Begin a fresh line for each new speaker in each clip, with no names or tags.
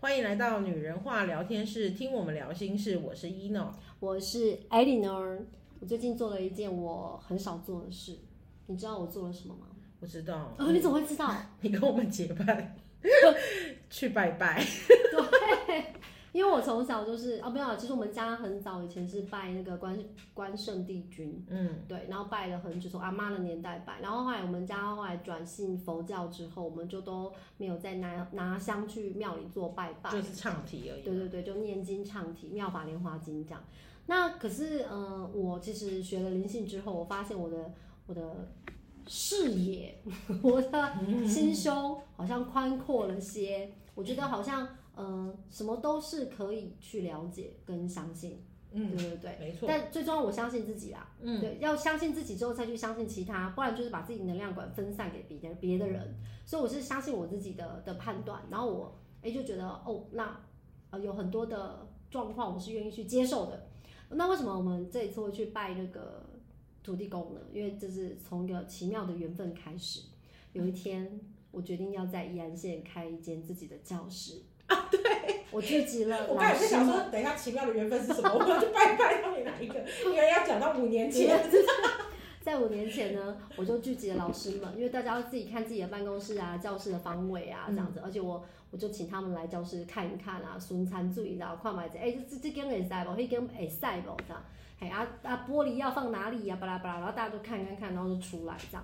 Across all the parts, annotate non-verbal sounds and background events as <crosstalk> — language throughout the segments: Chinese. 欢迎来到女人话聊天室，听我们聊心事。我是 ino，
我是 Eleanor，我最近做了一件我很少做的事，你知道我做了什么吗？
我知道
哦，你怎么会知道？
<laughs> 你跟我们结伴 <laughs> 去拜拜，
对，因为我从小就是哦，没有，其实我们家很早以前是拜那个关关圣帝君，
嗯，
对，然后拜了很久，从阿妈的年代拜，然后后来我们家后来转信佛教之后，我们就都没有再拿拿香去庙里做拜拜，
就是唱题而已。
对对对，就念经唱题《妙法莲华经》这样。那可是，呃，我其实学了灵性之后，我发现我的我的视野， <laughs> 我的
嗯
心胸好像宽阔了些。我觉得好像，呃，什么都是可以去了解跟相信，
嗯，
对对对。
没错，
但最重要，我相信自己啦。
嗯，
对，要相信自己之后再去相信其他，不然就是把自己能量管分散给别的别的人。所以我是相信我自己的的判断，然后我哎就觉得哦，那呃有很多的状况我是愿意去接受的。那为什么我们这一次会去拜那个土地公呢？因为这是从一个奇妙的缘分开始。有一天，我决定要在宜安县开一间自己的教室。啊，对，我聚集了
我刚才
老
在
师
想
们。
说，等一下奇妙的缘分是什么？我 <laughs> 要去拜拜，到底哪一个？ <laughs> 应该要讲到五年前。
在五年前呢，我就聚集了老师们，因为大家自己看自己的办公室啊、教室的方位啊这样
嗯
子，而且我我就请他们来教室看一看啊，巡参注意啊，看买这哎这这这间会塞不，那间会塞不这样，嘿啊啊玻璃要放哪里啊呀、巴拉巴拉，然后大家就看看看，然后就出来这样。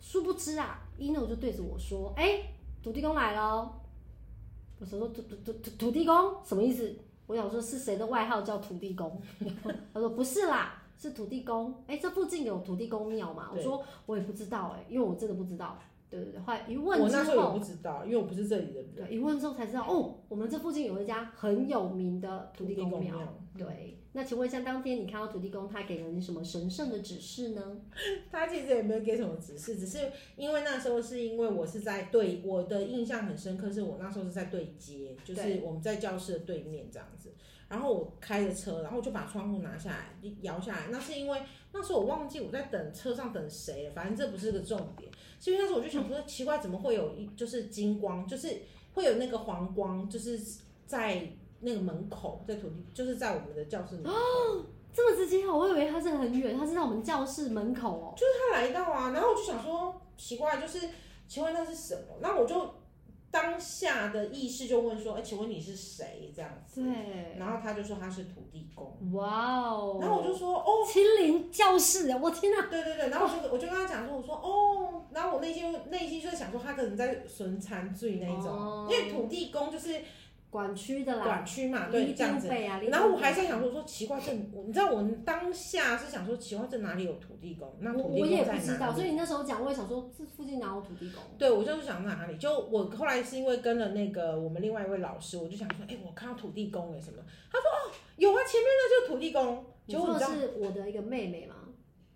殊不知啊，ino 就对着我说：“哎、土地公来了哦。”我想说土土土土土地公什么意思？我想说是谁的外号叫土地公？ <laughs> 他说不是啦，是土地公。哎、这附近有土地公庙吗？我
对
说我也不知道哎、因为我真的不知道。对对对，后来一问
我
之
那时候
后
也，不知道，因为我不是这里的人。
对，一问之后才知道哦，我们这附近有一家很有名的土地公庙。对，那请问一下，当天你看到土地公他给了你什么神圣的指示呢？
他其实也没有给什么指示，只是因为那时候是因为我是在对我的印象很深刻，是我那时候是在对街，就是
对
我们在教室的对面这样子。然后我开着车，然后我就把窗户拿下来，摇下来。那是因为那时候我忘记我在等车上等谁了，反正这不是个重点。所以那时候我就想说，奇怪，怎么会有一就是金光，就是会有那个黄光，就是在那个门口，在土地，就是在我们的教室门口。
这么直接哦，我以为他是很远，他是在我们教室门口哦。
他来到啊，然后我就想说奇怪，就是请问那是什么？那我就当下的意识就问说，哎、请问你是谁？这样子。
对，
然后他就说他是土地公，
哇哦，
然后我就说哦，
亲临教室啊，我天哪、
对对对，然后我就我就跟他讲说，我说哦，然后我内心内心就在想说，他可能在损残罪那一种，
哦
因为土地公就是
管区的啦，
管区嘛，
哦一
对，这样
定
子。
背啊。
然后我还在
是
想说，说奇怪，这我你知道我当下是想说，奇怪，这哪里有土地公？那
我
土地
我
公
也
在
不知
哪
道，
里
所？以你那时候讲，我也想说这附近哪有土地公？
对，我就是想哪里，就我后来是因为跟了那个我们另外一位老师，我就想说，哎、我看到土地公了什么？他说哦，有啊，前面那就是土地公。
你
结果
说
你
的
知道，
是我的一个妹妹吗？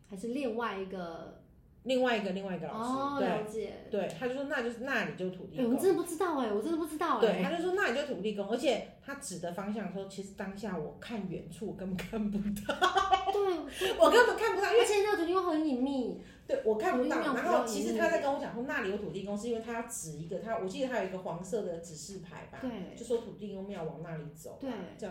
还是另外一个？
另外一个另外一个老师，
哦，了解。
对对，他就说那就是那里就是土地
哎，我
公。
真的不知道哎，我真的不知道
对，
哎。
他就说那里就是土地公，而且他指的方向说，其实当下我看远处我根本看不到， <laughs>
对，
我根本看不到，因为
而且那个土地公很隐秘，
对我看不
土地
到。
公
然
比较
后其实
隐
他
秘
在跟我讲说那里有土地公，是因为他要指一个他，我记得他有一个黄色的指示牌吧，
对
就说土地公庙往那里走。
对，
就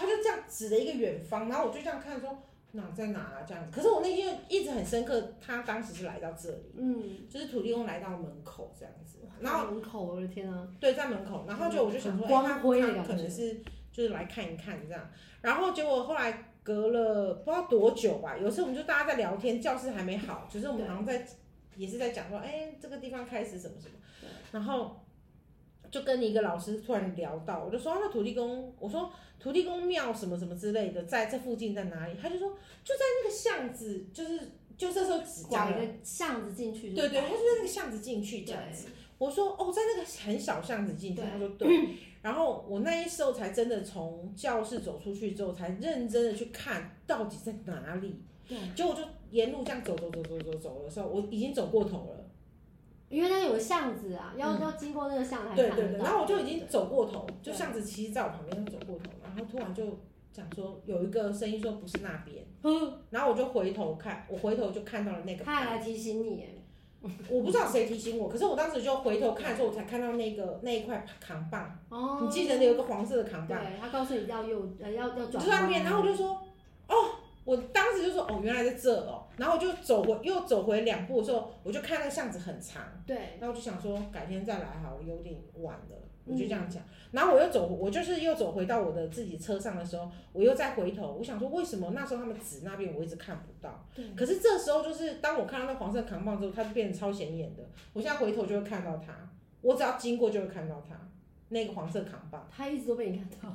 他就这样指了一个远方，然后我就这样看说哪在哪啊这样子。可是我内心一直很深刻，他当时是来到这里，
嗯，
就是土地公来到门口这样子，然后
后门口，我的天啊，
对在门口，然后就我就想说，
很光
哎他
辉的
他
感
可能
觉
是就是来看一看这样，然后结果后来。隔了不知道多久吧，有时候我们就大家在聊天，教室还没好，就是我们
对
好像在也是在讲说，哎、这个地方开始什么什么
对，
然后就跟一个老师突然聊到，我就说、啊那土地公，我说土地公庙什么什么之类的，在这附近在哪里？他就说就在那个巷子，就是就这时候只
拐
讲了，
个巷子进去就
对对，
到
他就在那个巷子进去这样子。我说哦，在那个很小巷子进去，
对
他说
<laughs>
对。然后我那一时候才真的从教室走出去之后，才认真的去看到底在哪里。
对，
结果我就沿路这样走走走走走走的时候，我已经走过头了。
因为那有个巷子啊，要
嗯
要经过那个巷才
对
啊看
对
得
对，
到。
然后我就已经走过头，就
对
巷子其实在我旁边就走过头，然后突然就讲说有一个声音说不是那边，
嗯，
然后我就回头看，我回头就看到了那个
他还
牌，
来提醒你耶，
我不知道谁提醒我，可是我当时就回头看的时候，我才看到那个那一块扛棒，
哦，
你记得有一个黄色的扛棒，
对，他告诉你要右，呃，要
就
要转
在那
弯，
边，然后我就说，哦，我当时就说，哦，原来在这哦，然后我就走回又走回两步的时候，我就看那巷子很长，
对，
然后我就想说改天再来好了，有点晚了，我就这样
嗯
讲。然后我又走，我就是又走回到我的自己车上的时候，我又再回头，我想说为什么那时候他们指那边我一直看不到
对？
可是这时候就是当我看到那黄色扛棒之后，它就变得超显眼的。我现在回头就会看到它，我只要经过就会看到它那个黄色扛棒。
他一直都被你看到，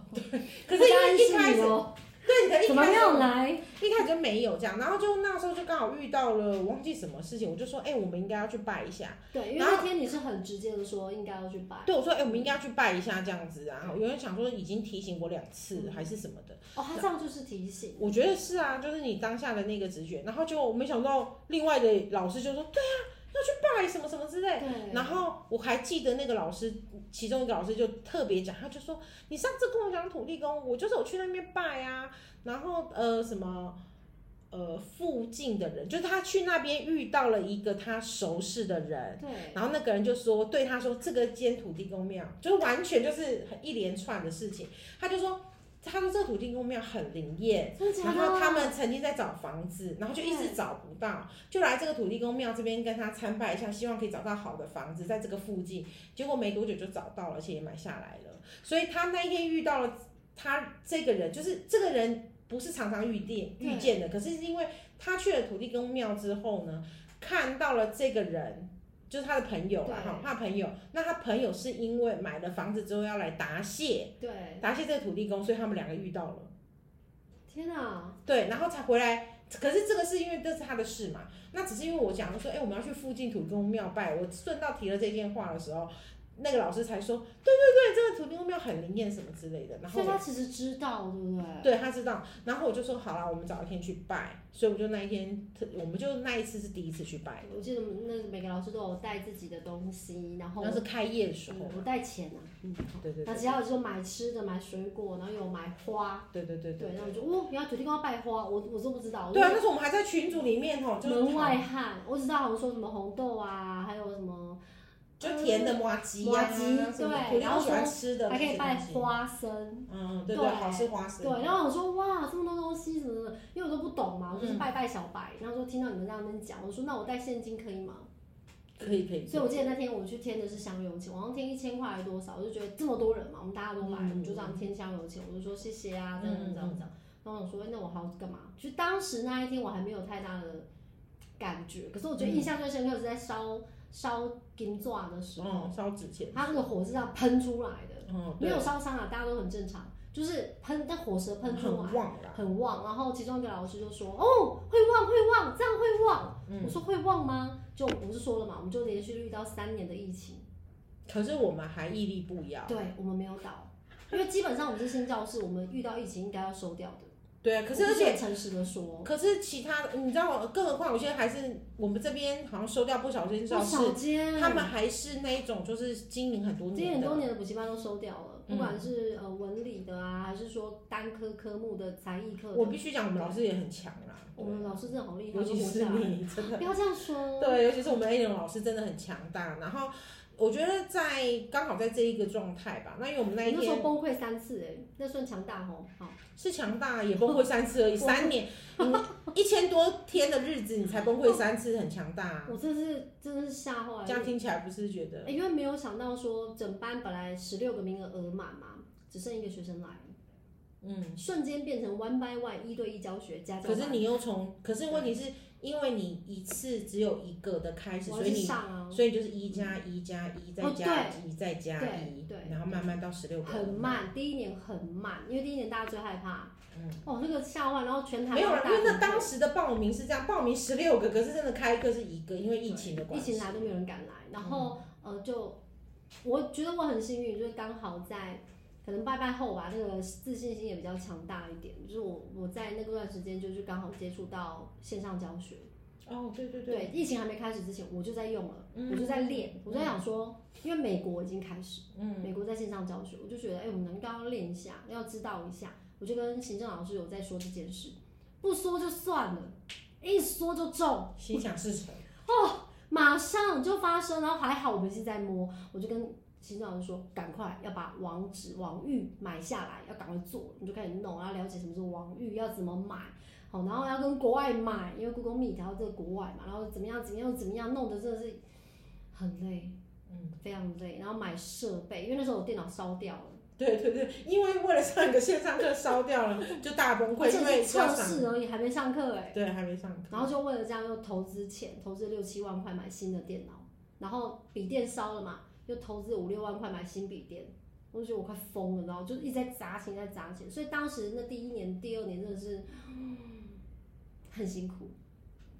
可是因为一
他暗
开
示
始
你哦，
对你的一
怎么
开
没
始
有来？
一开始就没有这样，然后就那时候就刚好遇到了，我忘记什么事情，我就说，哎、我们应该要去拜一下。
对，因为
然后
那天你是很直接的说应该要去摆，
对，我说，哎、我们应该要去拜一下这样子啊。有人想说已经提醒我两次了还是什么的，
哦，他这样就是提醒，
我觉得是啊，就是你当下的那个直觉。然后就我没想到另外的老师就说，对啊，要去拜什么什么之类。
对，
然后我还记得那个老师，其中一个老师就特别讲，他就说：“你上次跟我讲土地公，我就是有去那边拜啊，然后呃什么呃附近的人，就是他去那边遇到了一个他熟识的人，
对，
然后那个人就说对他说这个间土地公庙，就是完全就是很一连串的事情，他就说他说这个土地公庙很灵验，
真的假
然
的？
后他们曾经在找房子，然后就一直
对
找不到，就来这个土地公庙这边跟他参拜一下，希望可以找到好的房子，在这个附近。结果没多久就找到了，而且也买下来了。所以他那一天遇到了他这个人，就是这个人不是常常遇见
对
遇见的，可是因为他去了土地公庙之后呢，看到了这个人。就是他的朋友啦，
对
哈，他朋友，那他朋友是因为买了房子之后要来答谢，
对，
答谢这个土地公，所以他们两个遇到了。
天哪，
对，然后才回来。可是这个是因为这是他的事嘛，那只是因为我讲说，哎、我们要去附近土地公庙拜，我顺道提了这件话的时候，那个老师才说，对对对，这个土地公庙很灵验什么之类的。然后
所以
我
他其实知道，对不对？
对他知道，然后我就说好啦，我们找一天去拜，所以我就那一天，特我们就那一次是第一次去拜
我
的，
记得那每个老师都有带自己的东西，然后
那是开业的时候
嗯，不带钱啊，嗯，
对对对
那只要就买吃的、买水果，然后有买花，
对对对
对，
对
然后我就哦，原来土地公要拜花，我我都不知道，
对啊，那时候我们还在群组里面哦，
我
就是
门外汉，我只知道我说什么红豆啊，还有什么
就甜的麻吉
麻
啊，
糬
什么
对
土地
然后
公喜欢
说
吃的那
还可
些
以拜
东西，
花生，
嗯，对
对
好吃花生，
对，然后我说哇，这么多东西什么的，因为我都不懂嘛，我
嗯
就是拜拜小白，然后说听到你们在那边讲，我说那我带现金可以吗？
可以可以，
所以我记得那天我去添的是香油钱，我好像添一千块还是多少，我就觉得这么多人嘛，我们大家都来，
嗯
我们就这样添香油钱，我就说谢谢啊，这样这样这样。然后我说哎那我还要干嘛？就当时那一天我还没有太大的感觉，可是我
嗯
觉得印象最深刻是在烧烧金钻的时候，
嗯，烧纸钱，
它那个火是这样喷出来的，
嗯，
没
对，
有烧伤啊，大家都很正常，就是喷，但火舌喷出来
很。旺啦，
很旺，然后其中一个老师就说：“哦，会旺会旺，这样会旺。
嗯
我说：“会旺吗？”就我不是说了嘛，我们就连续遇到三年的疫情，
可是我们还屹立不摇，
对我们没有倒，因为基本上我们是新教室，我们遇到疫情应该要收掉的。
对啊，可是
我
而
必须
且。
很诚实的说，
可是其他的，你知道，更何况有些还是我们这边好像收掉不少间教
不
室，
少间，
他们还是那一种就是经营很多
今年
年
很
的，
多年的补习班都收掉了，不
嗯
管是呃文理的啊，还是说单科科目的才艺课
我
的，
必须讲，我们老师也很强啦，
我们老师真的好厉害，
尤其是
活下来
你，真的，
不要这样说。
对，尤其是我们 A 龙老师真的很强大。然后我觉得在刚好在这一个状态吧，那因为我们那
你
一
那时候
天
崩溃三次哎、那算强大吼，好，
是强大，也崩溃三次而已，
我
三年，
<laughs>
你一千多天的日子，你才崩溃三次，很强大、啊。
我真是真的是吓坏了
这样听起来不是觉得
欸因为没有想到说整班本来十六个名额额满嘛，只剩一个学生来，
嗯？
瞬间变成 one by one 一对一教学家教
可
版。
是你又从，可是问题是因为你一次只有一个的开始，
我要
所以
去
你
上啊，
所以就是一加一加一再
哦
加一再加一
对，对
然后慢慢到十六个，
很。慢，第一年很慢，因为第一年大家最害怕，
嗯
哦那个吓坏，然后全台
没有
湾
了，
大
因为那
崩溃
当时的报名是这样，报名十六个，可是真的开课是一个，因为疫情的
对
关
疫
系。嗯
情来都没有人敢来，然后、呃就我觉得我很幸运，就是刚好在可能拜拜后吧，那个自信心也比较强大一点，就是我我在那段时间就是刚好接触到线上教学，
哦，对对对，
对，疫情还没开始之前我就在用了，
嗯
我就在练，我就在想说，因为美国已经开始，
嗯
美国在线上教学，我就觉得哎、我们能刚要练一下，要知道一下，我就跟行政老师有在说这件事，不说就算了，一说就中。
心想事成。
马上就发生，然后还好我们是在摸，我就跟行政老师说，赶快要把网址网域买下来，要赶快做，你就开始弄，要了解什么是网域，要怎么买，好，然后要跟国外买，因为 Google Meet 然后这个国外嘛，然后怎么样怎么样怎么样，弄得真的是很累，
嗯，
非常累，然后买设备，因为那时候我电脑烧掉了。
<laughs> 对对对，因为为了上一个线上课烧掉了，就大崩
而
溃，因
且
为
是测
要上
试而已，还没上课哎、
对还没上课，
然后就为了这样又投资钱，投资六七万块买新的电脑，然后笔电烧了嘛，又投资五六万块买新笔电，我就觉得我快疯了，然后就一直在砸钱，在砸钱。所以当时那第一年、第二年真的是 <sniffs> 很辛苦，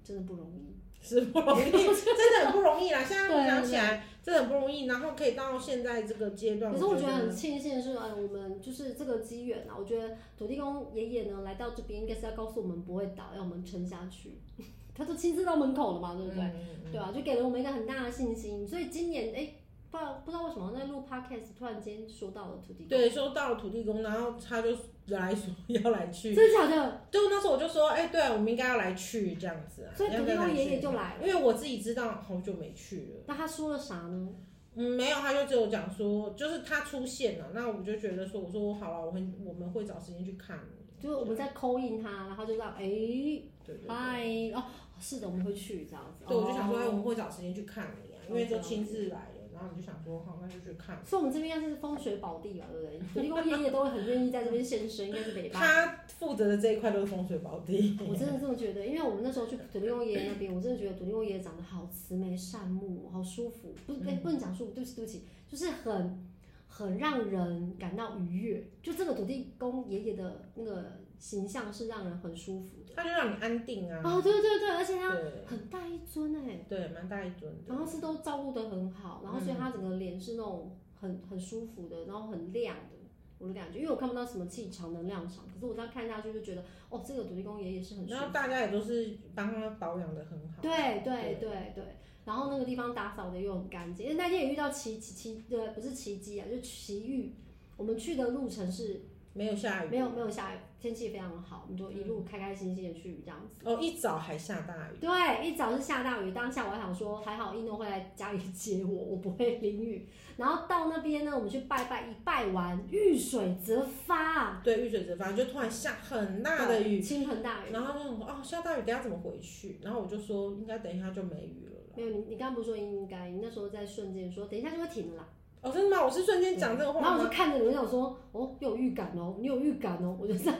真的不容易。
是不容
<laughs>
易，真的很不容易啦。现在回想
对
起来，真的很不容易，然后可以到现在这个阶段，
可是啊我觉得很
呢
庆幸的是，呃，我们就是这个机缘啊，我觉得土地公爷爷呢来到这边，应该是要告诉我们不会倒，要我们撑下去。 <laughs> 他都亲自到门口了嘛，对不对？
嗯嗯嗯
对啊，就给了我们一个很大的信心。所以今年哎、不知道不知道为什么在录 podcast 突然间说到了土地公，
对，说到了土地公，然后他就来说 <laughs> 要来去，
真的假的？
就那时候我就说，哎、对我们应该要来去这样子啊。
所以
要
土
不要
地公
来
爷
去
爷就来了。
因为我自己知道好久没去了，
那他说了啥呢？
嗯，没有，他就只有讲说，就是他出现了，那我就觉得说，我说好了，我很我们会找时间去看你，
就是我们在 call in 他，然后就让哎
对对对，
嗨哦，是的，我们会去这样子。
对，我就想说，哎、我
哦
们会找时间去看你啊，因为都亲自来了，然后你就想说，好，那就去看。
所以我们这边应该是风水宝地吧，对不对？土地公爷爷都会很愿意在这边现身，应该是北
<laughs>
方。
他负责的这一块都是风水宝地，
我真的这么觉得，因为我们那时候去土地公爷爷那边，我真的觉得土地公爷爷长得好慈眉善目，好舒服，不是、哎不能讲舒服，对不起对不起，就是很很让人感到愉悦。就这个土地公爷爷的那个形象是让人很舒服的。
他就让你安定啊，
哦，对对对，而且他哦
对
很大一尊哎、
对，蛮大一尊的
然，后是都照顾得很好，然后所以他整个脸是那种很很舒服的，然后很亮的，我的感觉，因为我看不到什么气场能量场，可是我这样看下去就觉得，哦，这个土地公爷爷是很舒
然
服
后大家也都是帮他保养的很好，
对
对
对对对，然后那个地方打扫的又很干净。因为那天也遇到奇奇奇，对，不是奇迹啊，就是奇遇。我们去的路程是
没有下雨，嗯
没有没有下雨，天气非常好，我们就一路开开心心的去这样子。
哦，一早还下大雨，
对，一早是下大雨，当下我还想说还好一诺会来家里接我，我不会淋雨。然后到那边呢，我们去拜拜，一拜完遇水则发，
对，遇水则发，就突然下很大的雨，
对倾盆大雨。
然后他就想说哦，下大雨，等一下怎么回去？然后我就说应该等一下就没雨了啦。
没有你，你刚刚不是说应该？你那时候在瞬间说，等一下就会停了啦。
哦，真的吗？我是瞬间讲这个话
然后我
吗？
就看着你，我想说，哦，有预感哦，你有预感哦，我就在，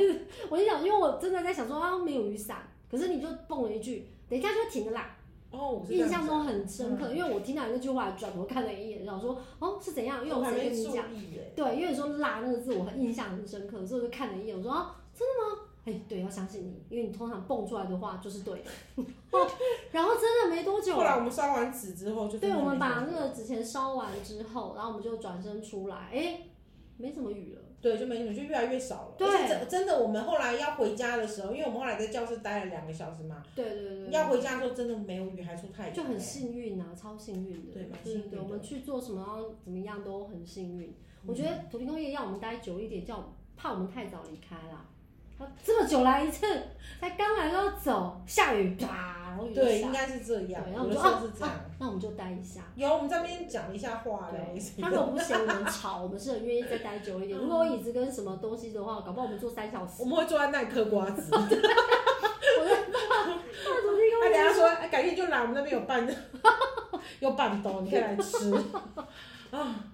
我就想，因为我真的在想说啊，没有雨伞，可是你就蹦了一句，等一下就停了啦，
哦，我是这
印
样嗯
象
讲，
中很深刻，因为我听到你那句话，转头看了一眼，然后说，哦，是怎样？因为
我
我
还
才
没
跟你
注
讲，
意耶。
对，因为你说“辣”那个字，我很印象很深刻，所以我就看了一眼，我说，啊、真的吗？哎，对，要相信你，因为你通常蹦出来的话就是对的。 <laughs> 哦然后真的没多久，
后来我们烧完纸之后就
对，我们把那
那
个纸钱烧完之后，然后我们就转身出来，哎，没什么雨了。
对就没什么，就越来越少了。
对
而且真真的，我们后来要回家的时候，因为我们后来在教室待了两个小时嘛，
对对对对，
要回家的时候真的没有雨，还出太阳，
就很幸运啊，超幸运的。
对蛮
对
幸运
对，
的
我们去做什么然后怎么样都很幸运。
嗯
我觉得土地公爷要我们待久一点，叫我们怕我们太早离开啦。他这么久来一次，才刚来就要走，下雨啪，然后雨就
对，应该
下，
是这样。
对然后
有
我
的时
们就啊
候是这样。啊
那我们就待一下。
有，我们这边讲一下话聊一 <laughs> 下。
他如果不嫌我们吵，我们是很愿意再待久一
<laughs>
点。如果椅子跟什么东西的话，搞不好我们坐三小时。
我们会坐在那里嗑瓜子，他
那土地公
等
爷
下说，哎改天就来，我们那边有半 <laughs> 有半兜，你可以来
<laughs>
吃。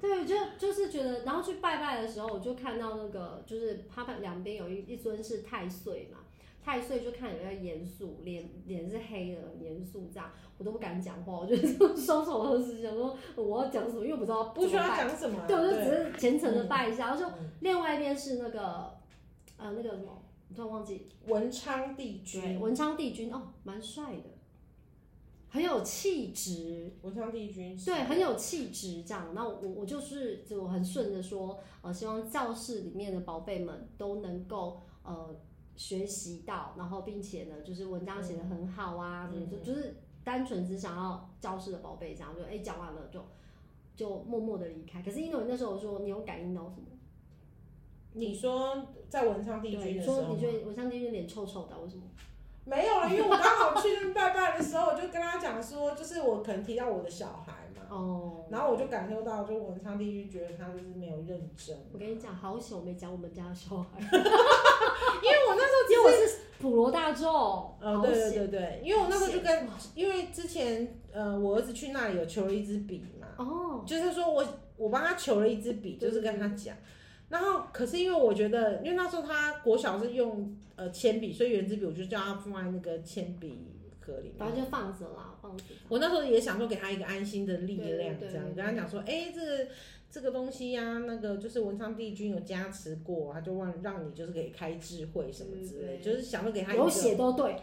对，就就是觉得，然后去拜拜的时候，我就看到那个，就是他们两边有一一尊是太岁嘛，太岁就看起来比较严肃，脸脸是黑的，很严肃这样，我都不敢讲话，我就 <laughs> 双手合十，想说我要讲什么，因为我不知道
不需要
怎么拜，
讲什么啊，
对，我就
对
只是虔诚的拜一下。然后就
嗯
另外一边是那个，呃，那个什么，我突然忘记，
文昌帝君，
文昌帝君哦，蛮帅的，很有气质，
文昌帝君是
对，很有气质这样。那我我就是就很顺着说，呃，希望教室里面的宝贝们都能够呃学习到，然后并且呢，就是文章写得很好啊，
嗯
就就是单纯只想要教室的宝贝这样，就哎讲完了就就默默的离开。可是因为你那时候说你有感应到什么？
你说在文昌帝
对，
君
你
的时
说
候
你
吗，
觉得文章帝君脸臭臭的，为什么？
没有了，啊因为我刚好去那边拜拜的时候，我就跟他讲说，就是我可能提到我的小孩嘛，
哦，
然后我就感受到，就文昌帝君觉得他就是没有认真，
我跟你讲，好久没讲我们家的小孩，
因为我那时候
因为我是普罗大众，
呃，
好
对对
险
对对，因为我那时候就跟，
好险
因为之前呃，我儿子去那里有求了一支笔嘛，
哦，
就是说我我帮他求了一支笔，就是跟他讲。然后，可是因为我觉得，因为那时候他国小是用呃铅笔，所以圆珠笔我就叫他放在那个铅笔盒里
反
面。
正就放着啦，放着。
我那时候也想说给他一个安心的力量，
对对对
这样
对
跟他讲说，哎，这个这个东西呀、啊那个就是文昌帝君有加持过，他就让让你就是可以开智慧什么之类，
对对
就是想说给他一
有
个
写都对，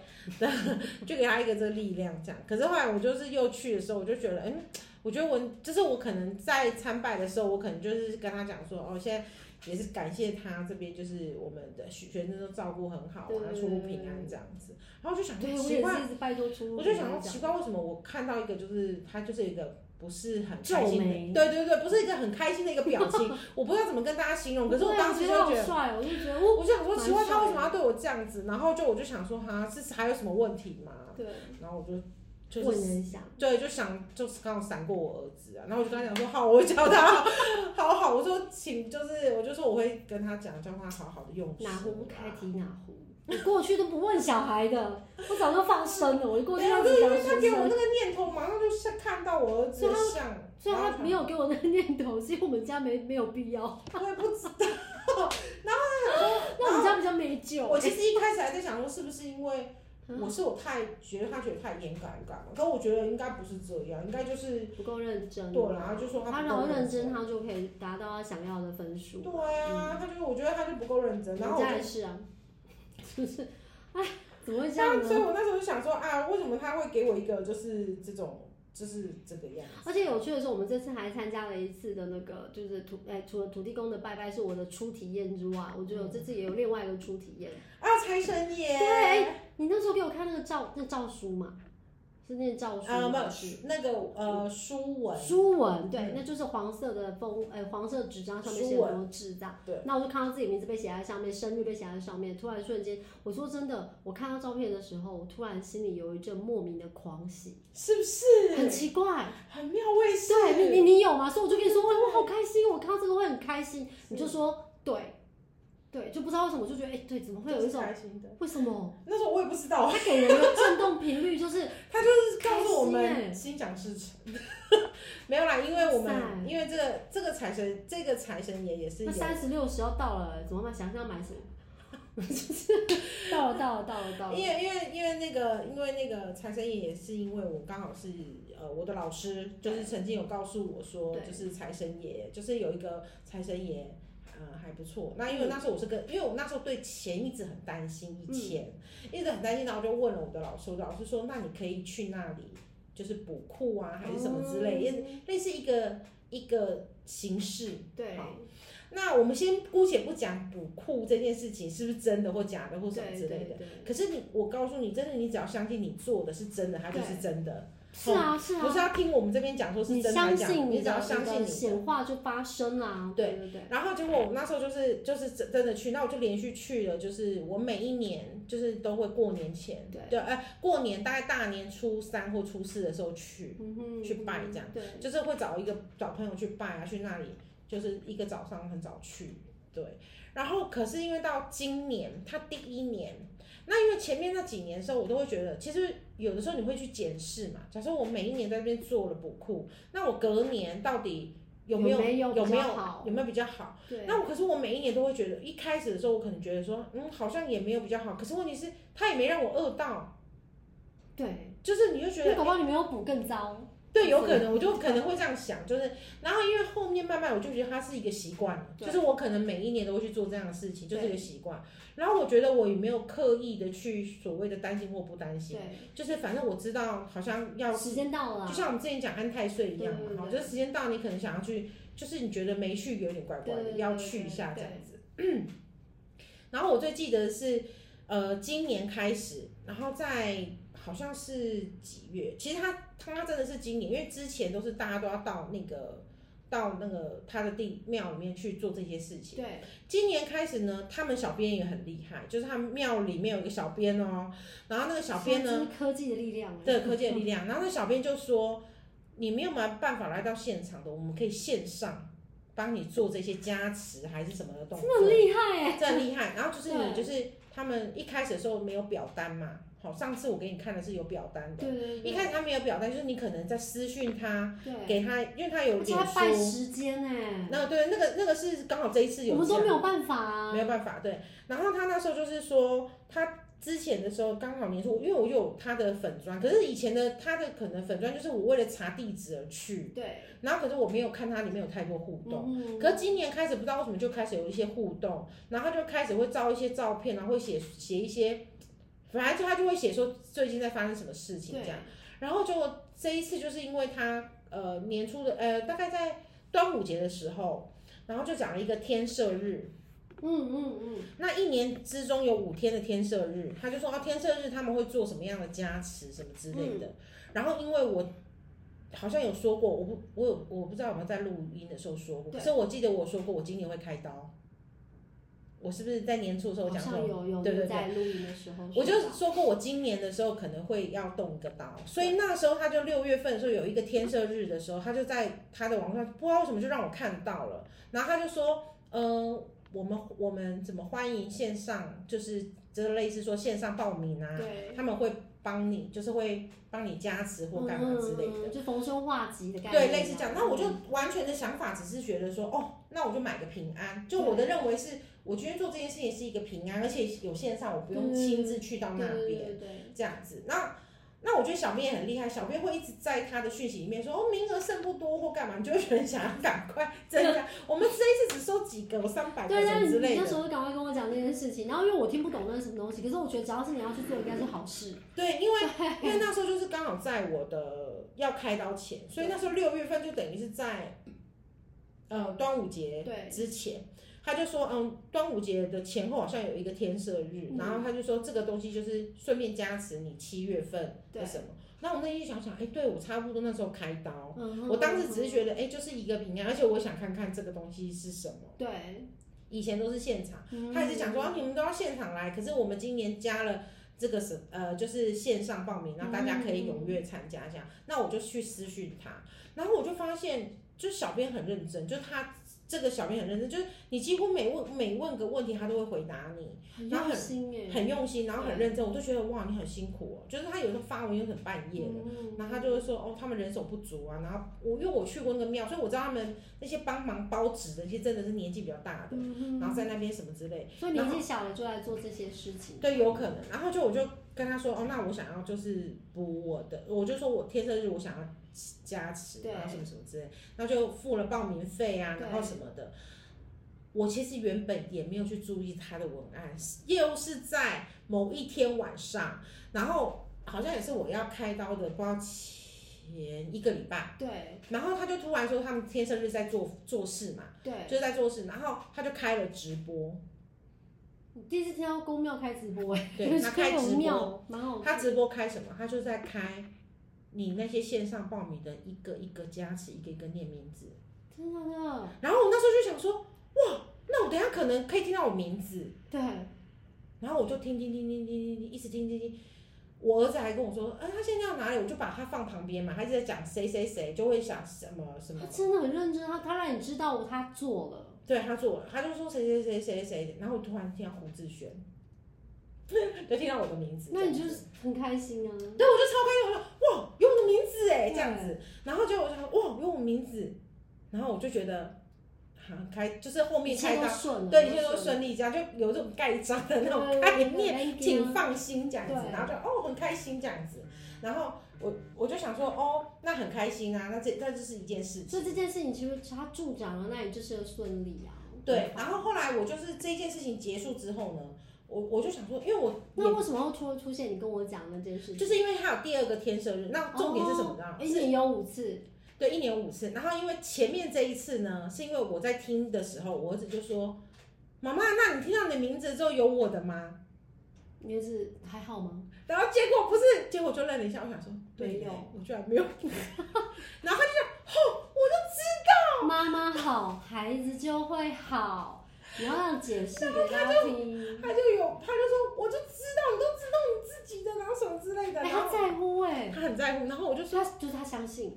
就给他一个这个力量这样。可是后来我就是又去的时候，我就觉得，嗯，我觉得我就是我可能在参拜的时候，我可能就是跟他讲说，哦，现在也是感谢他这边就是我们的学学生都照顾很好
对
啊
对，对
出入平安这样子。然后我就想
对
说
我
奇
也
怪，
是一直拜托出入。
啊我就想说奇怪，为什么我看到一个就是他就是一个。不是很开
皱
心
眉
的，对对对，不是一个很开心的一个表情，
<laughs>
我不知道怎么跟大家形容。可是我
对啊
当时就
觉得
觉
好
得，啊
帅哦，我就觉得哦，
我就想说，
蛮
奇怪，
帅
他为什
的
么要对我这样子？然后就我就想说，哈，是还有什么问题吗？
对，
然后我就就
问
是
人一下，
对，就想就是刚好闪过我儿子啊，然后我就跟他讲说好，我会教他好好，我说请就是我就说我会跟他讲，叫他好好的用心啊。
哪壶不开提哪壶。
啊
我过去都不问小孩的，我早就放生了。我一过去
没有啊
就
就是因
讲
为他给
学
我那
生，
个念头，马上就是看到我儿子的像，
虽然他没
有，
有给我那个念头，是因为我们家没没有必要，
我也不知道。
那我们家比较没 <laughs> 救。
啊我其实一开始还在想说，是不是因为
嗯
我是我太觉得他觉得太严感干嘛？可我觉得应该不是这样，应该就是
不够认真，
对啦，就说他
他
不
然后
够
认真，。嗯他就可以达到他想要的分数。
对啊，他就我觉得他就不够认真，然后
我
我就
家也是啊，就是，哎，怎么会这样
但所以，
呢？
我那时候就想说啊，为什么他会给我一个就是这种就是这个样子？
而且有趣的是，我们这次还参加了一次的那个，就是土哎，除了土地公的拜拜是我的初体验之外，我觉得我这次也有另外一个初体验。
啊，财神爷，
对，你那时候给我看那个诏，那诏书嘛，是念诏书
啊，
吗？
不是那个呃书文，
书文对
嗯，
那就是黄色的封，哎，黄色纸张上面
书
写很多字这样。
对
那我就看到自己名字被写在上面，生日被写在上面，突然瞬间，我说真的，我看到照片的时候，我突然心里有一阵莫名的狂喜，
是不是
很奇怪。
很妙味是？
对你，你你有吗？所以我就跟你说，哇，我好开心，我看到这个会很开心。你就说对，对，就不知道为什么，我就觉得哎，对，怎么会有一
就是
种
开心的。
为什么？
那时候我也不知道，
它给人的震动频率就是
他就是告诉我
开心
们
欸
心想事成。 <laughs> 没有啦，因为我
哇塞
们因为这个这个财神这个财神爷也是
那
有
三十六十要到了，怎么办？想想要买
<laughs>
什么？就是到了，到了，到了，到了。
因为因为因为那个因为那个财神爷也是因为我刚好是呃我的老师，就是曾经有告诉我说，
对
就是财神爷，就是有一个财神爷。呃，还不错。那因
嗯
为那时候我是跟，因为我那时候对钱一直很担心，以前、一直很担心，然后我就问了我的老师，我的老师说，那你可以去那里，就是补库啊，还是什么之类，也、
嗯
类似一个一个形式。
对
好那我们先姑且不讲补库这件事情是不是真的或假的或什么
对
之类的，
对对，
可是你，我告诉你，真的，你只要相信你做的是真的，它就是真的，
是啊是
不
啊，
是要哦听我们这边讲说是
你
真的还
相
是假的，
信
你只
的
要相信
你的
你的。
显化就发生啦，
对
对对，
然后结果我那时候就是就是真真的去，那我就连续去了，就是我每一年就是都会过年前，
对
哎、过年大概大年初三或初四的时候去，
嗯哼，
去拜这样
对，
就是会找一个找朋友去拜啊，去那里就是一个早上很早去，对。然后可是因为到今年，他第一年，那因为前面那几年的时候，我都会觉得，其实有的时候你会去检视嘛。假设我每一年在这边做了补库，那我隔年到底有没有
没有
有
比
没
较
有
好？
有没有比较好？
对，
那我可是我每一年都会觉得，一开始的时候我可能觉得说，嗯，好像也没有比较好。可是问题是，他也没让我饿到，
对，
就是你就觉得哎
那搞不好你没有补更糟，
对，有可能，我就可能会这样想，就是，然后因为后面慢慢我就觉得它是一个习惯了，
对
就是我可能每一年都会去做这样的事情，就是
对
一个习惯。然后我觉得我也没有刻意的去所谓的担心或不担心，
对，
就是反正我知道好像要，
时间到了
就
啦，
像我们之前讲安太岁一样
对对
嘛，好，
对
就是时间到你可能想要去，就是你觉得没去有点怪怪
对
的，
对对
要
对
去一下这
对
样子。 <clears throat> 然后我最记得是，呃，今年开始，然后在好像是几月，其实他他真的是今年，因为之前都是大家都要到那个到那个他的地庙里面去做这些事情。
对，
今年开始呢，他们小编也很厉害，就是他们庙里面有一个小编哦，然后那个小编呢，
这是科技的力量，啊
对科技的力量，然后那小编就说，你没有办法来到现场的，我们可以线上帮你做这些加持还是什么的动
真
作，
的很厉害哎，
这很厉害。然后就是你就
对
是他们一开始的时候没有表单嘛，好，上次我给你看的是有表单的，
对对对，
一开始他没有表单，就是你可能在私讯他，
对，
给他，因为他有
而
脸
且还拜
书，
时间哎，
那对那个那个是刚好这一次有
我们
这
都
样
没有办法啊
没，有办法，对。然后他那时候就是说，他之前的时候刚好年初，因为我有他的粉砖，可是以前的他的可能粉砖就是我为了查地址而去，
对，
然后可是我没有看他里面有太多互动。
嗯，
可是今年开始不知道为什么就开始有一些互动，然后他就开始会照一些照片，啊然后会写写一些，反正他就会写说最近在发生什么事情这样。
对，
然后就这一次就是因为他呃年初的呃大概在端午节的时候，然后就讲了一个天赦日，
嗯嗯嗯，
那一年之中有五天的天赦日，他就说啊，天赦日他们会做什么样的加持什么之类
嗯
的。然后因为我好像有说过，我不我有我不知道有没有在录音的时候说过，可
对
是我记得我说过我今年会开刀，我是不是在年初的时候
好
讲
像
过？
有有
对对对
在录音的时候说到，
我就说过，我今年的时候可能会要动一个刀，所以那时候他就六月份的时候有一个天赦日的时候，他就在他的网上不知道为什么就让我看到了，然后他就说，呃，我们我们怎么欢迎线上，就是就是类似说线上报名啊，
对。
他们会帮你，就是会帮你加持或干嘛之类
嗯嗯
的
嗯。就逢凶化吉的概念啊、
对，类似这样。那我就完全的想法只是觉得说，哦，那我就买个平安。就我的认为是，我今天做这件事情是一个平安，而且有线上，我不用
嗯
亲自去到
对
那
对
边。
对对对，
这样子。那那我觉得小编也很厉害，小编会一直在他的讯息里面说哦名额剩不多或干嘛，你就会觉得想要赶快增
<laughs>
加。我们这一次只收几个，三百个
对，
什
但
么
是
之
你
类
那时
的。
候就赶快跟我讲这件事情，然后因为我听不懂那是什么东西，可是我觉得只要是你要去做，应该是好事。
对，因为因为那时候就是刚好在我的要开刀前，所以那时候六月份就等于是在呃端午节
对，
之前。他就说，嗯，端午节的前后好像有一个天赦日，
嗯
然后他就说这个东西就是顺便加持你七月份的
对
什么。那我内心想想，哎、对我差不多那时候开刀，
嗯哼，
我当时只是觉得，哎、就是一个平安，而且我想看看这个东西是什么。
对，
以前都是现场，
嗯
他一直讲说、啊、你们都要现场来，可是我们今年加了这个什呃，就是线上报名，让大家可以踊跃参加一下。
嗯
那我就去私讯他，然后我就发现，就是小编很认真，就是他这个小编很认真，就是你几乎每问每问个问题，他都会回答你。
很
然后
用
很
心哎，
很用心，然后很认真，我就觉得哇，你很辛苦哦。就是他有时候发文又很半夜的，
嗯
然后他就会说哦，他们人手不足啊。然后我因为我去过那个庙，所以我知道他们那些帮忙包纸的那些真的是年纪比较大的，
嗯
然
哼，
后在那边什么之类，
所以年纪小了就来做这些事情，
对，有可能。然后就我就跟他说哦，那我想要就是补我的，我就说我天生日我想要加持，
对
然后什么什么之类，然后就付了报名费啊，
对
然后什么的。我其实原本也没有去注意他的文案，又是在某一天晚上，然后好像也是我要开刀的，不知道前一个礼拜。
对
然后他就突然说他们天生日在做做事嘛，
对。
就是在做事，然后他就开了直播，
你第一次听到公庙开直播哎， <laughs>
对他开直
有
播，
庙，蛮好
他
看。
直播开什么？他就在开你那些线上报名的一个一个加持，一个一个念名字。
真的真的，
然后我那时候就想说，哇，那我等一下可能可以听到我名字，
对，
然后我就听听听听听听听，一直听听听。我儿子还跟我说，啊，他现在要哪里？我就把他放旁边嘛，他一直在讲谁谁谁，就会想什么什么
<laughs> 他。真的很认真，他他让你知道我他做了，
对他做了，他就说谁谁谁谁谁，然后我突然听到胡志轩， <laughs> 就听到我的名字，
那你
这
就
样子
是很开心啊。
对我就超开心，我说哇有我的名字哎
对
这样子，然后结果我就想哇有我名字，然后我就觉得。好开就是后面
一切
开
都
到，
顺了，
对，一切都顺利，这样就有这种盖章的那种概念，
念
挺放心这样子，
对
然后就哦很开心这样子，然后我我就想说哦那很开心啊，那这那就是一件事
所
情，
以这件事情其实它助长了，那你就是顺利啊。
对。然后后来我就是这件事情结束之后呢，我我就想说，因为我
那为什么会出出现你跟我讲那件事情？
就是因为它有第二个天生日，那重点是什么呢？
一
是
年有五次，
对，一年五次。然后因为前面这一次呢，是因为我在听的时候，我儿子就说：“妈妈，那你听到你的名字之后有我的吗
你儿子还好吗？？”
然后结果不是，结果我就愣了一下，我想说，对
没有
耶，我居然没有。然后他就讲：“哦，我就知道，
妈妈好，孩子就会好。你要让解释给大家听。
他就有，他就说，我就知道，你都知道你自己的，然后什么之类的，
哎、
然
他
后
在乎哎、
他很在乎，然后我就说
他，就是他相信，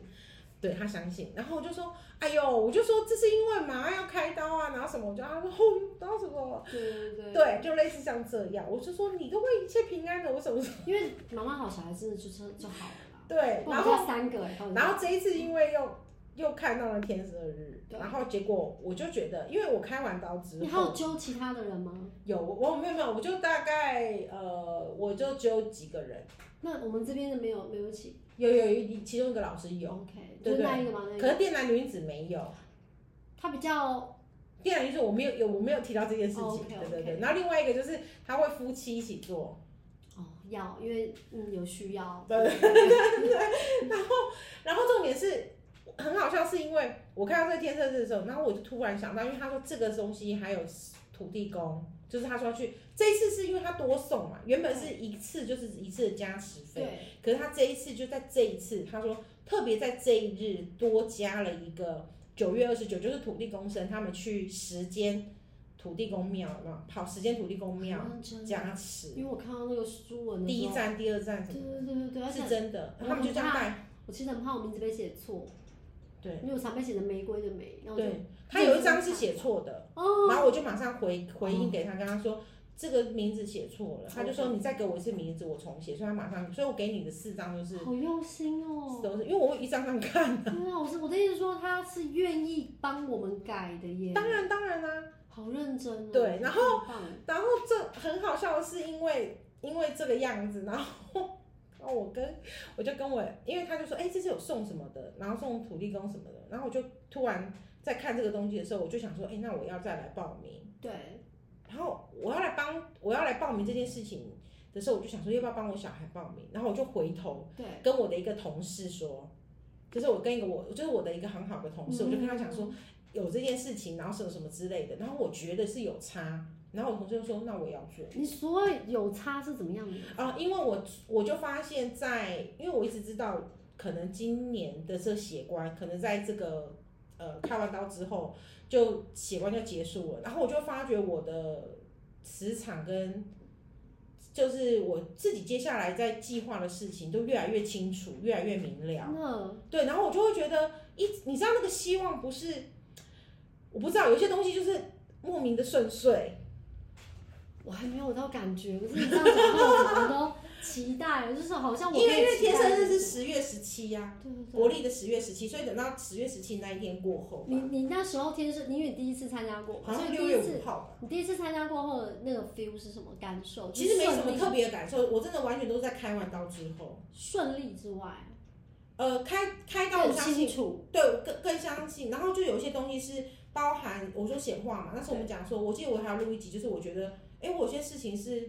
对他相信，然后我就说，哎呦，我就说这是因为马上要开刀啊，然后什么，我就他说，哦，然后什么，
对对对，
对，就类似像这样，我就说你都会一切平安的，我什么时候
因为妈妈好，小孩真的就真的就好了啦。
对，
不
然
然
后
我家三个哎、到底
嗯然后这一次因为又又看到了天使二日，
对
然后结果我就觉得，因为我开完刀之
你还有
后
揪其他的人吗？
有我我没有没有，我就大概呃我就只有几个人，
那我们这边的没有没有一起
有有一其中一个老师有，
，OK，
对
就
对
那一个嘛，那一
可
个
是电男女子没有。
他比较
电男女子我没有有我没有提到这件事情
哦，OK，
对对
OK
对。然后另外一个就是他会夫妻一起做，
哦要，因为嗯有需要，
对
对，
然后重点是很好笑，是因为我看到这个天赦日的时候，然后我就突然想到，因为他说这个东西还有土地公，就是他说要去这一次是因为他多送嘛，原本是一次就是一次的加持费，可
对
是他这一次就在这一次，他说特别在这一日多加了一个九月二十九，就是土地公生他们去时间土地公庙有没有跑时间土地公庙
好像真的
加持，
因为我看到那个书文的
第
时
一
候，
站、第二站什
对
么
对对对对，
的，
而且
是真的，
我
他们就这样
很怕
带。
我其实很怕我名字被写错，
对
因为我常被写成玫瑰的玫，然后我就
对，他有一张是写错的。
哦，
然后我就马上回回应给他，跟他说这个名字写错了，他就
哦
说你再给我一次名字，我重写。所以他马上，所以我给你的四张都是
好用
<laughs>
心哦。
都是，因为我会一张张看。
对啊，我是我的意思说他是愿意帮我们改的耶，
当然当然啦、
好认真哦。
对然后
很棒
然后这很好笑的是，因为因为这个样子，然后然后我跟我就跟我，因为他就说，哎、这次有送什么的，然后送土地公什么的，然后我就突然在看这个东西的时候，我就想说，哎、那我要再来报名。
对，
然后我要来帮我要来报名这件事情的时候，我就想说要不要帮我小孩报名，然后我就回头
对，
跟我的一个同事说，就是我跟一个我就是我的一个很好的同
嗯
事，我就跟他讲说有这件事情，然后什么什么之类的，然后我觉得是有差，然后我同事就说那我也要做。
嗯你所谓有差是怎么样的？
啊、因为我我就发现在，因为我一直知道，可能今年的这血关，可能在这个呃开完刀之后，就血关就结束了，然后我就发觉我的磁场跟就是我自己接下来在计划的事情都越来越清楚，越来越明了。
那
对，然后我就会觉得一，你知道那个希望不是，我不知道有些东西就是莫名的顺遂，
我还没有到感觉，可是你这样讲话，我怎么都期待了，就是好像我
因为因为
可以期
天
待
生
的
日是十月十七啊呀、
对对对。
国历的十月十七，所以等到十月十七那一天过后
你
吧，
你那时候天生，因为你第一次参加过嘛，
好
嗯所
像
以
六
第
月
一次
五号吧。
你第一次参加过后的那个 feel 是什么感受？
其实没什
就是顺
么
利
特别的感受，我真的完全都是在开完刀之后，
顺利之外，
呃，开开刀我
更
相
清
信，
楚。
对，我更更相信。然后就有一些东西是包含我说显化嘛，那时候我们讲说，我记得我还有录一集，就是我觉得，哎，我有些事情是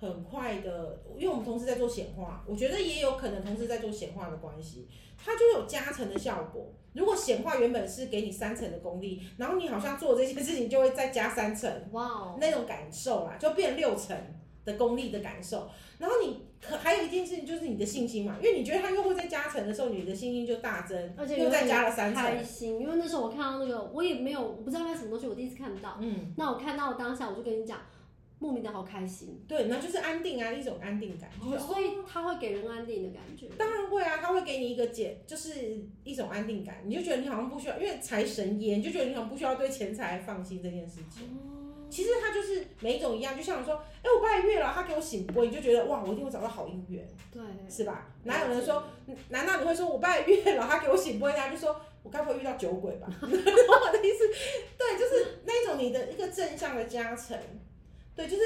很快的，因为我们同时在做显化，我觉得也有可能同时在做显化的关系，它就有加成的效果。如果显化原本是给你三层的功力，然后你好像做这些事情就会再加三层。
哇哦，
那种感受啦，就变六成的功力的感受。然后你可还有一件事情就是你的信心嘛，因为你觉得它又会再加成的时候，你的信心就大增，
而且
又再加了三
开
成。
心，因为那时候我看到那个，我也没有，我不知道那什么东西，我第一次看到。
嗯，
那我看到当下，我就跟你讲，莫名的好开心，
对，那就是安定啊，一种安定感。就是
所以它会给人安定的感觉。
当然会啊，它会给你一个解，就是一种安定感，你就觉得你好像不需要，因为财神爷，你就觉得你好像不需要对钱财放心这件事情。
哦，
其实它就是每一种一样，就像说，哎、我拜月老，他给我醒波，你就觉得哇，我一定会找到好姻缘。
对，
是吧？哪有人说，嗯难道你会说我拜月老，他给我醒波，人家就说我该不会遇到酒鬼
<laughs>
吧？ <laughs> 我的意思，对，就是那种你的一个正向的加成，对，就是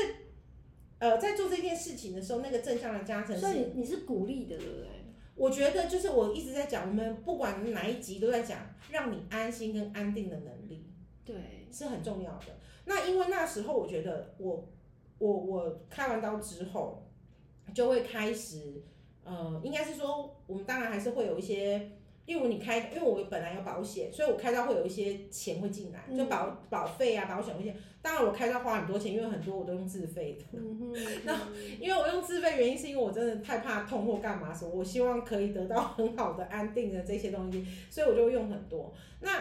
呃，在做这件事情的时候，那个正向的加成
所以
是，
你你是鼓励的，对不对？
我觉得就是我一直在讲，我们不管哪一集都在讲，让你安心跟安定的能力。
对，
是很重要的。那因为那时候我觉得我我我开完刀之后，就会开始呃，应该是说我们当然还是会有一些，例如你开，因为我本来有保险，所以我开刀会有一些钱会进来，就保保费啊、保险这些。当然我开刀花很多钱，因为很多我都用自费的。
嗯哼，
然因为我用自费，原因是因为我真的太怕痛或干嘛什么，我希望可以得到很好的安定的这些东西，所以我就用很多。那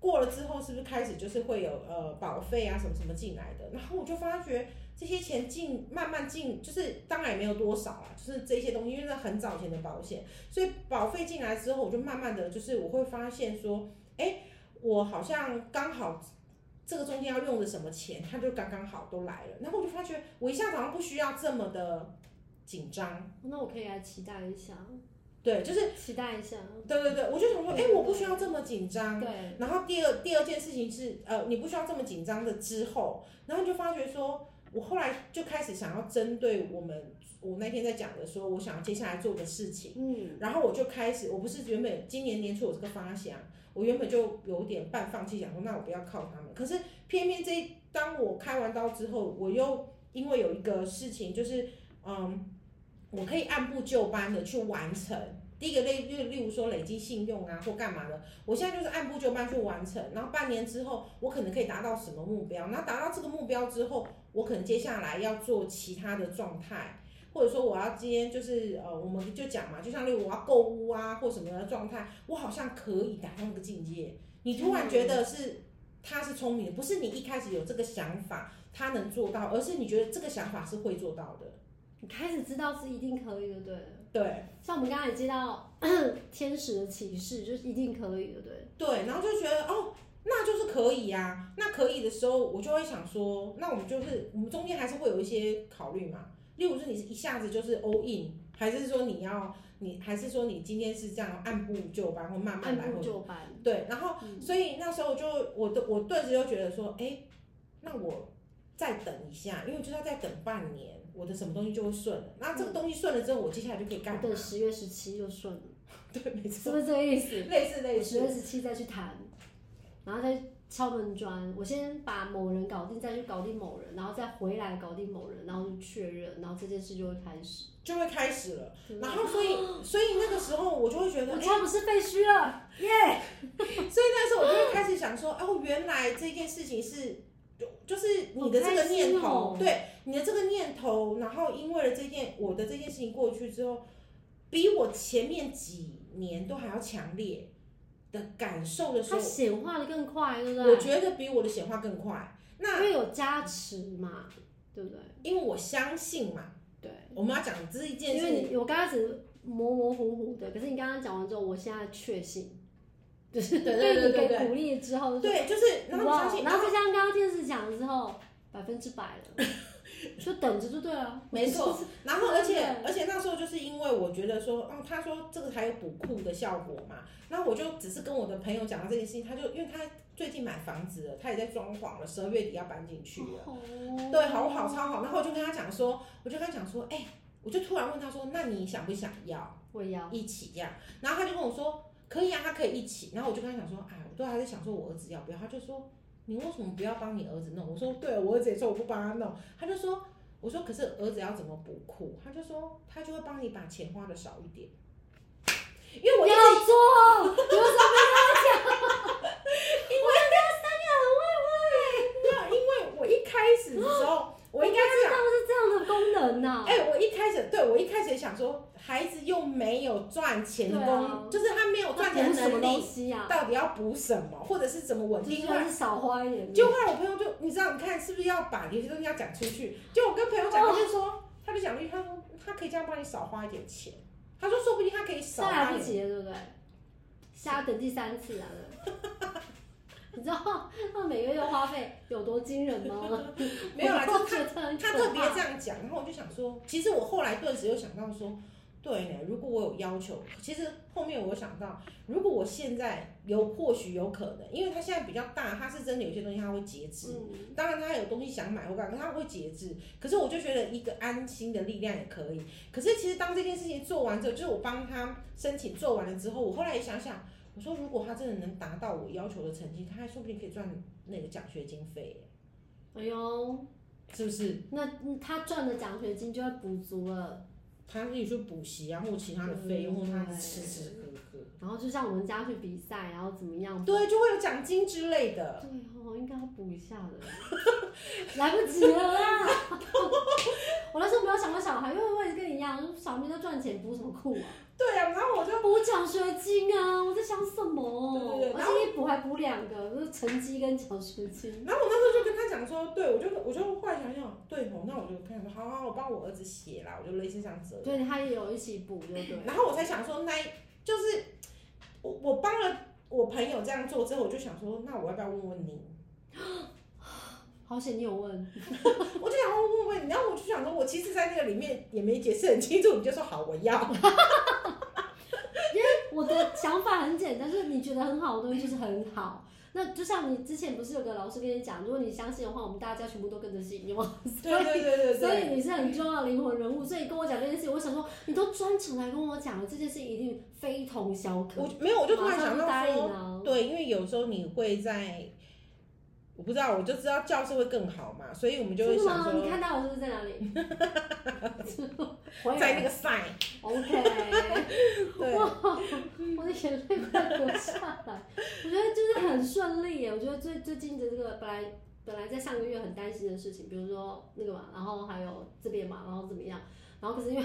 过了之后是不是开始就是会有呃保费啊什么什么进来的？然后我就发觉这些钱进慢慢进，就是当然也没有多少啦，就是这些东西，因为那很早前的保险，所以保费进来之后，我就慢慢的就是我会发现说，哎、我好像刚好。这个中间要用的什么钱，它就刚刚好都来了，然后我就发觉我一下子好像不需要这么的紧张，
那我可以来期待一下，
对，就是
期待一下。
对对对，我就想说，哎、我不需要这么紧张，
对，
然后第二第二件事情是，呃，你不需要这么紧张的之后，然后你就发觉说，我后来就开始想要针对我们，我那天在讲的说，我想要接下来做的事情，
嗯，
然后我就开始，我不是原本今年年初有这个发想，我原本就有点半放弃，想说那我不要靠他们，可是偏偏这一当我开完刀之后，我又因为有一个事情就是，嗯，我可以按部就班的去完成。第一个类，例例如说累积信用啊，或干嘛的，我现在就是按部就班去完成，然后半年之后，我可能可以达到什么目标，然后达到这个目标之后，我可能接下来要做其他的状态，或者说我要今天就是呃，我们就讲嘛，就像例如我要购物啊或什么的状态，我好像可以达到那个境界。你突然觉得是他是聪明的，不是你一开始有这个想法他能做到，而是你觉得这个想法是会做到的。
你开始知道是一定可以的，对。
对
像我们刚才也接到 <clears throat> 天使的启示，就是一定可以的，对。
对，然后就觉得哦。那就是可以呀、那可以的时候，我就会想说，那我们就是我们中间还是会有一些考虑嘛。例如说，你是一下子就是 all in，还是说你要你，还是说你今天是这样按部就班或慢慢
按
来，或
部就班，
对，然后
嗯
所以那时候就我的我顿时就觉得说，哎，那我再等一下，因为我就是要再等半年，我的什么东西就会顺了。那这个东西顺了之后，我接下来就可以干
嗯
嘛？
我等十月十七就顺了，
对，没
是
错，
不是这个意思？
类似类
我十
似，
月十七再去谈，然后再敲门砖。我先把某人搞定，再去搞定某人，然后再回来搞定某人，然后就确认，然后这件事就会开始。
就会开始了。
对哦
然后所以所以那个时候我就会觉得，
我
哎，
家不是废墟了，耶、
所以那时候我就会开始想说，哦，原来这件事情是。就就是你的这个念
好
头，
开心哦
对你的这个念头，然后因为了这件我的这件事情过去之后，比我前面几年都还要强烈的感受的时
它
候，
显化的更快，对不
我
对？
觉得比我的显化更快。那
因为有加持嘛，对不对？
因为我相信嘛，
对，
我们要讲这一件
因
事
为
情，
你我刚开始模模糊糊的，可是你刚刚讲完之后，我现在确信，就是
对对对
被
对
你给
对
鼓励之后，
对，就是然后
哇
相信，
然后就像刚刚电视讲了之后，百分之百
<laughs>
了，就等着就对了。
没错，然后，而且
对
而且那时候就是因为我觉得说，哦，他说这个还有补库的效果嘛，那我就只是跟我的朋友讲到这件事情，他就因为他最近买房子了，他也在装潢了，十二月底要搬进去了，
哦
对，好好超好。然后我就跟他讲说，我就跟他讲说，哎、我就突然问他说，那你想不想要
我也要，
一起这样？然后他就跟我说，可以啊，他可以一起。然后我就跟他讲说，哎，我都还在想说我儿子要不要，他就说。你为什么不要帮你儿子弄？我说对，我儿子也说我不帮他弄，他就说，我说可是儿子要怎么补库？他就说他就会帮你把钱花的少一点，因为我一直
要做，你为什么
<laughs>
不要
没有，因为我一开始的时候，我应该是
哦讲？因为我知道是这样的功能啊呐、
哎、我一开始对我一开始也想说，孩子又没有赚钱的
对
工，
啊
就是他没有赚钱
那补什
的
么
能
东
力，
西呀、
到底要补什么，或者是怎么稳
就
定？
是还是少花一点。
就后来我朋友就，你知道，你看是不是要把有些东西要讲出去？就我跟朋友讲，
哦
他就说，他就讲了一句，他说他可以这样帮你少花一点钱，他说说不定他可以少
再
花
来
一
不
点。
及了，对不对？瞎等第三次啊！
<laughs>
对你知道他每个月花费有多惊人吗？
<laughs> 没有啦
我
就
都觉得很
他
可
特别
怕
这样讲，然后我就想说，其实我后来顿时又想到说，对呢，如果我有要求，其实后面我想到，如果我现在有或许有可能，因为他现在比较大，他是真的有些东西他会节制。
嗯，
当然，他有东西想买或干嘛，他会节制。可是我就觉得一个安心的力量也可以。可是其实当这件事情做完之后，就是我帮他申请做完了之后，我后来也想想，我说如果他真的能达到我要求的成绩，他还说不定可以赚那个奖学金费耶，
哎呦，
是不是？
那嗯他赚的奖学金就会补足了，
他自己去补习啊，或其他的费用，或他吃吃喝喝，
然后就像我们家去比赛，然后怎么样？
对，就会有奖金之类的。
对
<laughs>
哦，应该要补一下的，来不及了啦！我那时候没有想过小孩，因为我也跟你一样，小明都赚钱，补什么库啊？
对呀、啊，然后我就
补奖学金啊！我在想什么？
对对对
而
然后
且一补还补两个，就是成绩跟奖学金。
然后我那时候就跟他讲说，对我就我就后来想想，对哦，那我就跟他说，好好，好我帮我儿子写啦，我就类似像这样。
对，他也有一起补，对不对？
<laughs> 然后我才想说，那一就是我我帮了我朋友这样做之后，我就想说，那我要不要问问你？
好险你有问，
我就想要问问你，然后我就想说，我其实，在那个里面也没解释很清楚，你就说好，我要。
我的想法很简单，就是你觉得很好的东西就是很好。那就像你之前不是有个老师跟你讲，如果你相信的话，我们大家全部都跟着信，你忘
对对对对
所
对。
以你是很重要的灵魂人物，所以跟我讲这件事，我想说，你都专程来跟我讲了，这件事一定非同小可。
我没有，我就突然
马上
想到
答应
说，
啊！
对，因为有时候你会在，我不知道，我就知道教室会更好嘛，所以我们就会
真的
想
吗？你
说，
看到我是不是在
<laughs>
哪里？我也
在那个 sign，
OK，
对，
<laughs> 哇，我的眼泪快流下来。我觉得就是很顺利耶。我觉得最最近的这个本来本来在上个月很担心的事情，比如说那个嘛，然后还有这边嘛，然后怎么样，然后可是因为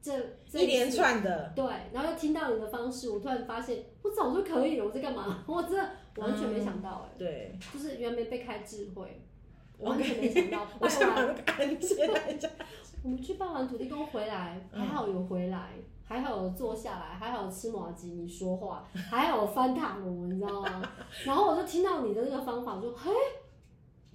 这这
一连
次
串的，
对，然后又听到你的方式，我突然发现我早就可以了，我在干嘛？我真的完全没想到哎、
对，
就是原来没被开智慧，我完全没
OK
想到。
<laughs> 我
拜
想把
完，
那个按键来讲，
我们去拜完土地公回来，
嗯
还好有回来，还好有坐下来，还好有吃麻吉你说话，还好有翻塔罗，你知道吗？ <laughs> 然后我就听到你的那个方法，我说嘿，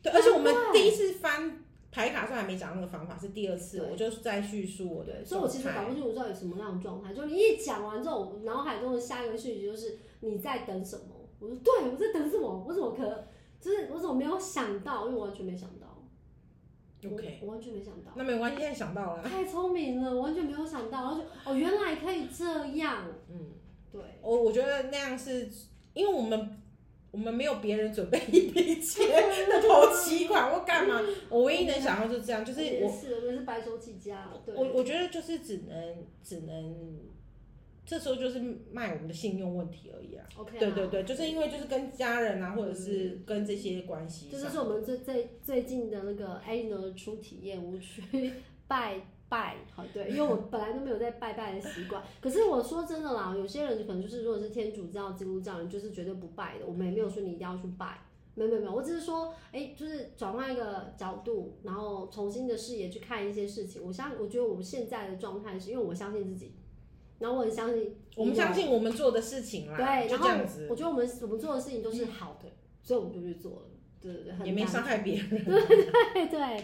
对，而且我们
难怪
第一次翻牌卡的时候还没讲那个方法，是第二次，
对
我就是在叙述我的
所以我
状
其实搞
态
不，清楚到底什么样的状态。就你一讲完之后，我脑海中的下一个讯息就是你在等什么？我说对，我在等什么？我怎么可就是我怎么没有想到？因为我完全没想到
OK
我我完全没想到，
那没关系，现在想到了，
太聪明了，我完全没有想到。然后就哦，原来可以这样，
嗯，
对，
我我觉得那样是因为我们。我们没有别人准备一笔钱， <laughs> 那头七款我干嘛？我唯一能想到就是这样，就是
也
我
是我也是白手起家，对，
我我觉得就是只能只能，这时候就是卖我们的信用问题而已啊。
OK，啊
对对对，就是因为就是跟家人啊，或者是跟这些关系
这
上，
嗯就是我们最最最近的那个 A 呢初体验，我去 <laughs> 拜拜，好对，因为我本来都没有在拜拜的习惯。可是我说真的啦，有些人可能就是如果是天主教、基督教人，就是绝对不拜的。我们也没有说你一定要去拜，没有没有没有，我只是说，哎，就是转换一个角度，然后重新的视野去看一些事情。我相我觉得我现在的状态是因为我相信自己，然后我很相信
我们
你有
相信我们做的事情啦，就
对，然
这
后
样子，嗯
我觉得我们我们做的事情都是好的，所以我们就去做了。对对对，很
也没
难
伤害别人。
对 <laughs> 对，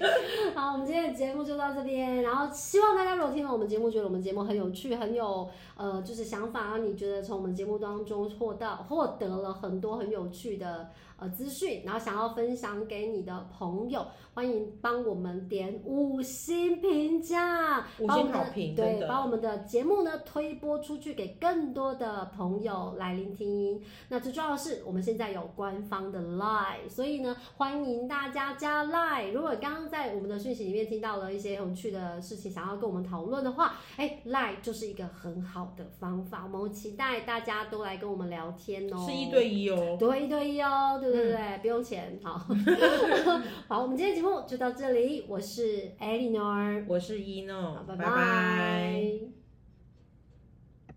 好，我们今天的节目就到这边，然后希望大家如果听了我们节目，觉得我们节目很有趣，很有呃，就是想法，然后你觉得从我们节目当中获到获得了很多很有趣的呃资讯，然后想要分享给你的朋友，欢迎帮我们点五星评价，
五
把我
星
们的
好评，真
对，
的。
把我们的节目呢推播出去给更多的朋友来聆听。那最重要的是，我们现在有官方的 Line，所以呢，欢迎大家加 Line。如果刚刚在我们的讯息里面听到了一些有趣的事情，想要跟我们讨论的话，哎，Line 就是一个很好的方法。我们期待大家都来跟我们聊天哦，
是一对一哦，
对，一对一哦，对对对，不用钱。
<laughs>
好，好，我们今天节目就到这里，我是 Eleanor。
我是一诺
好，拜
拜
拜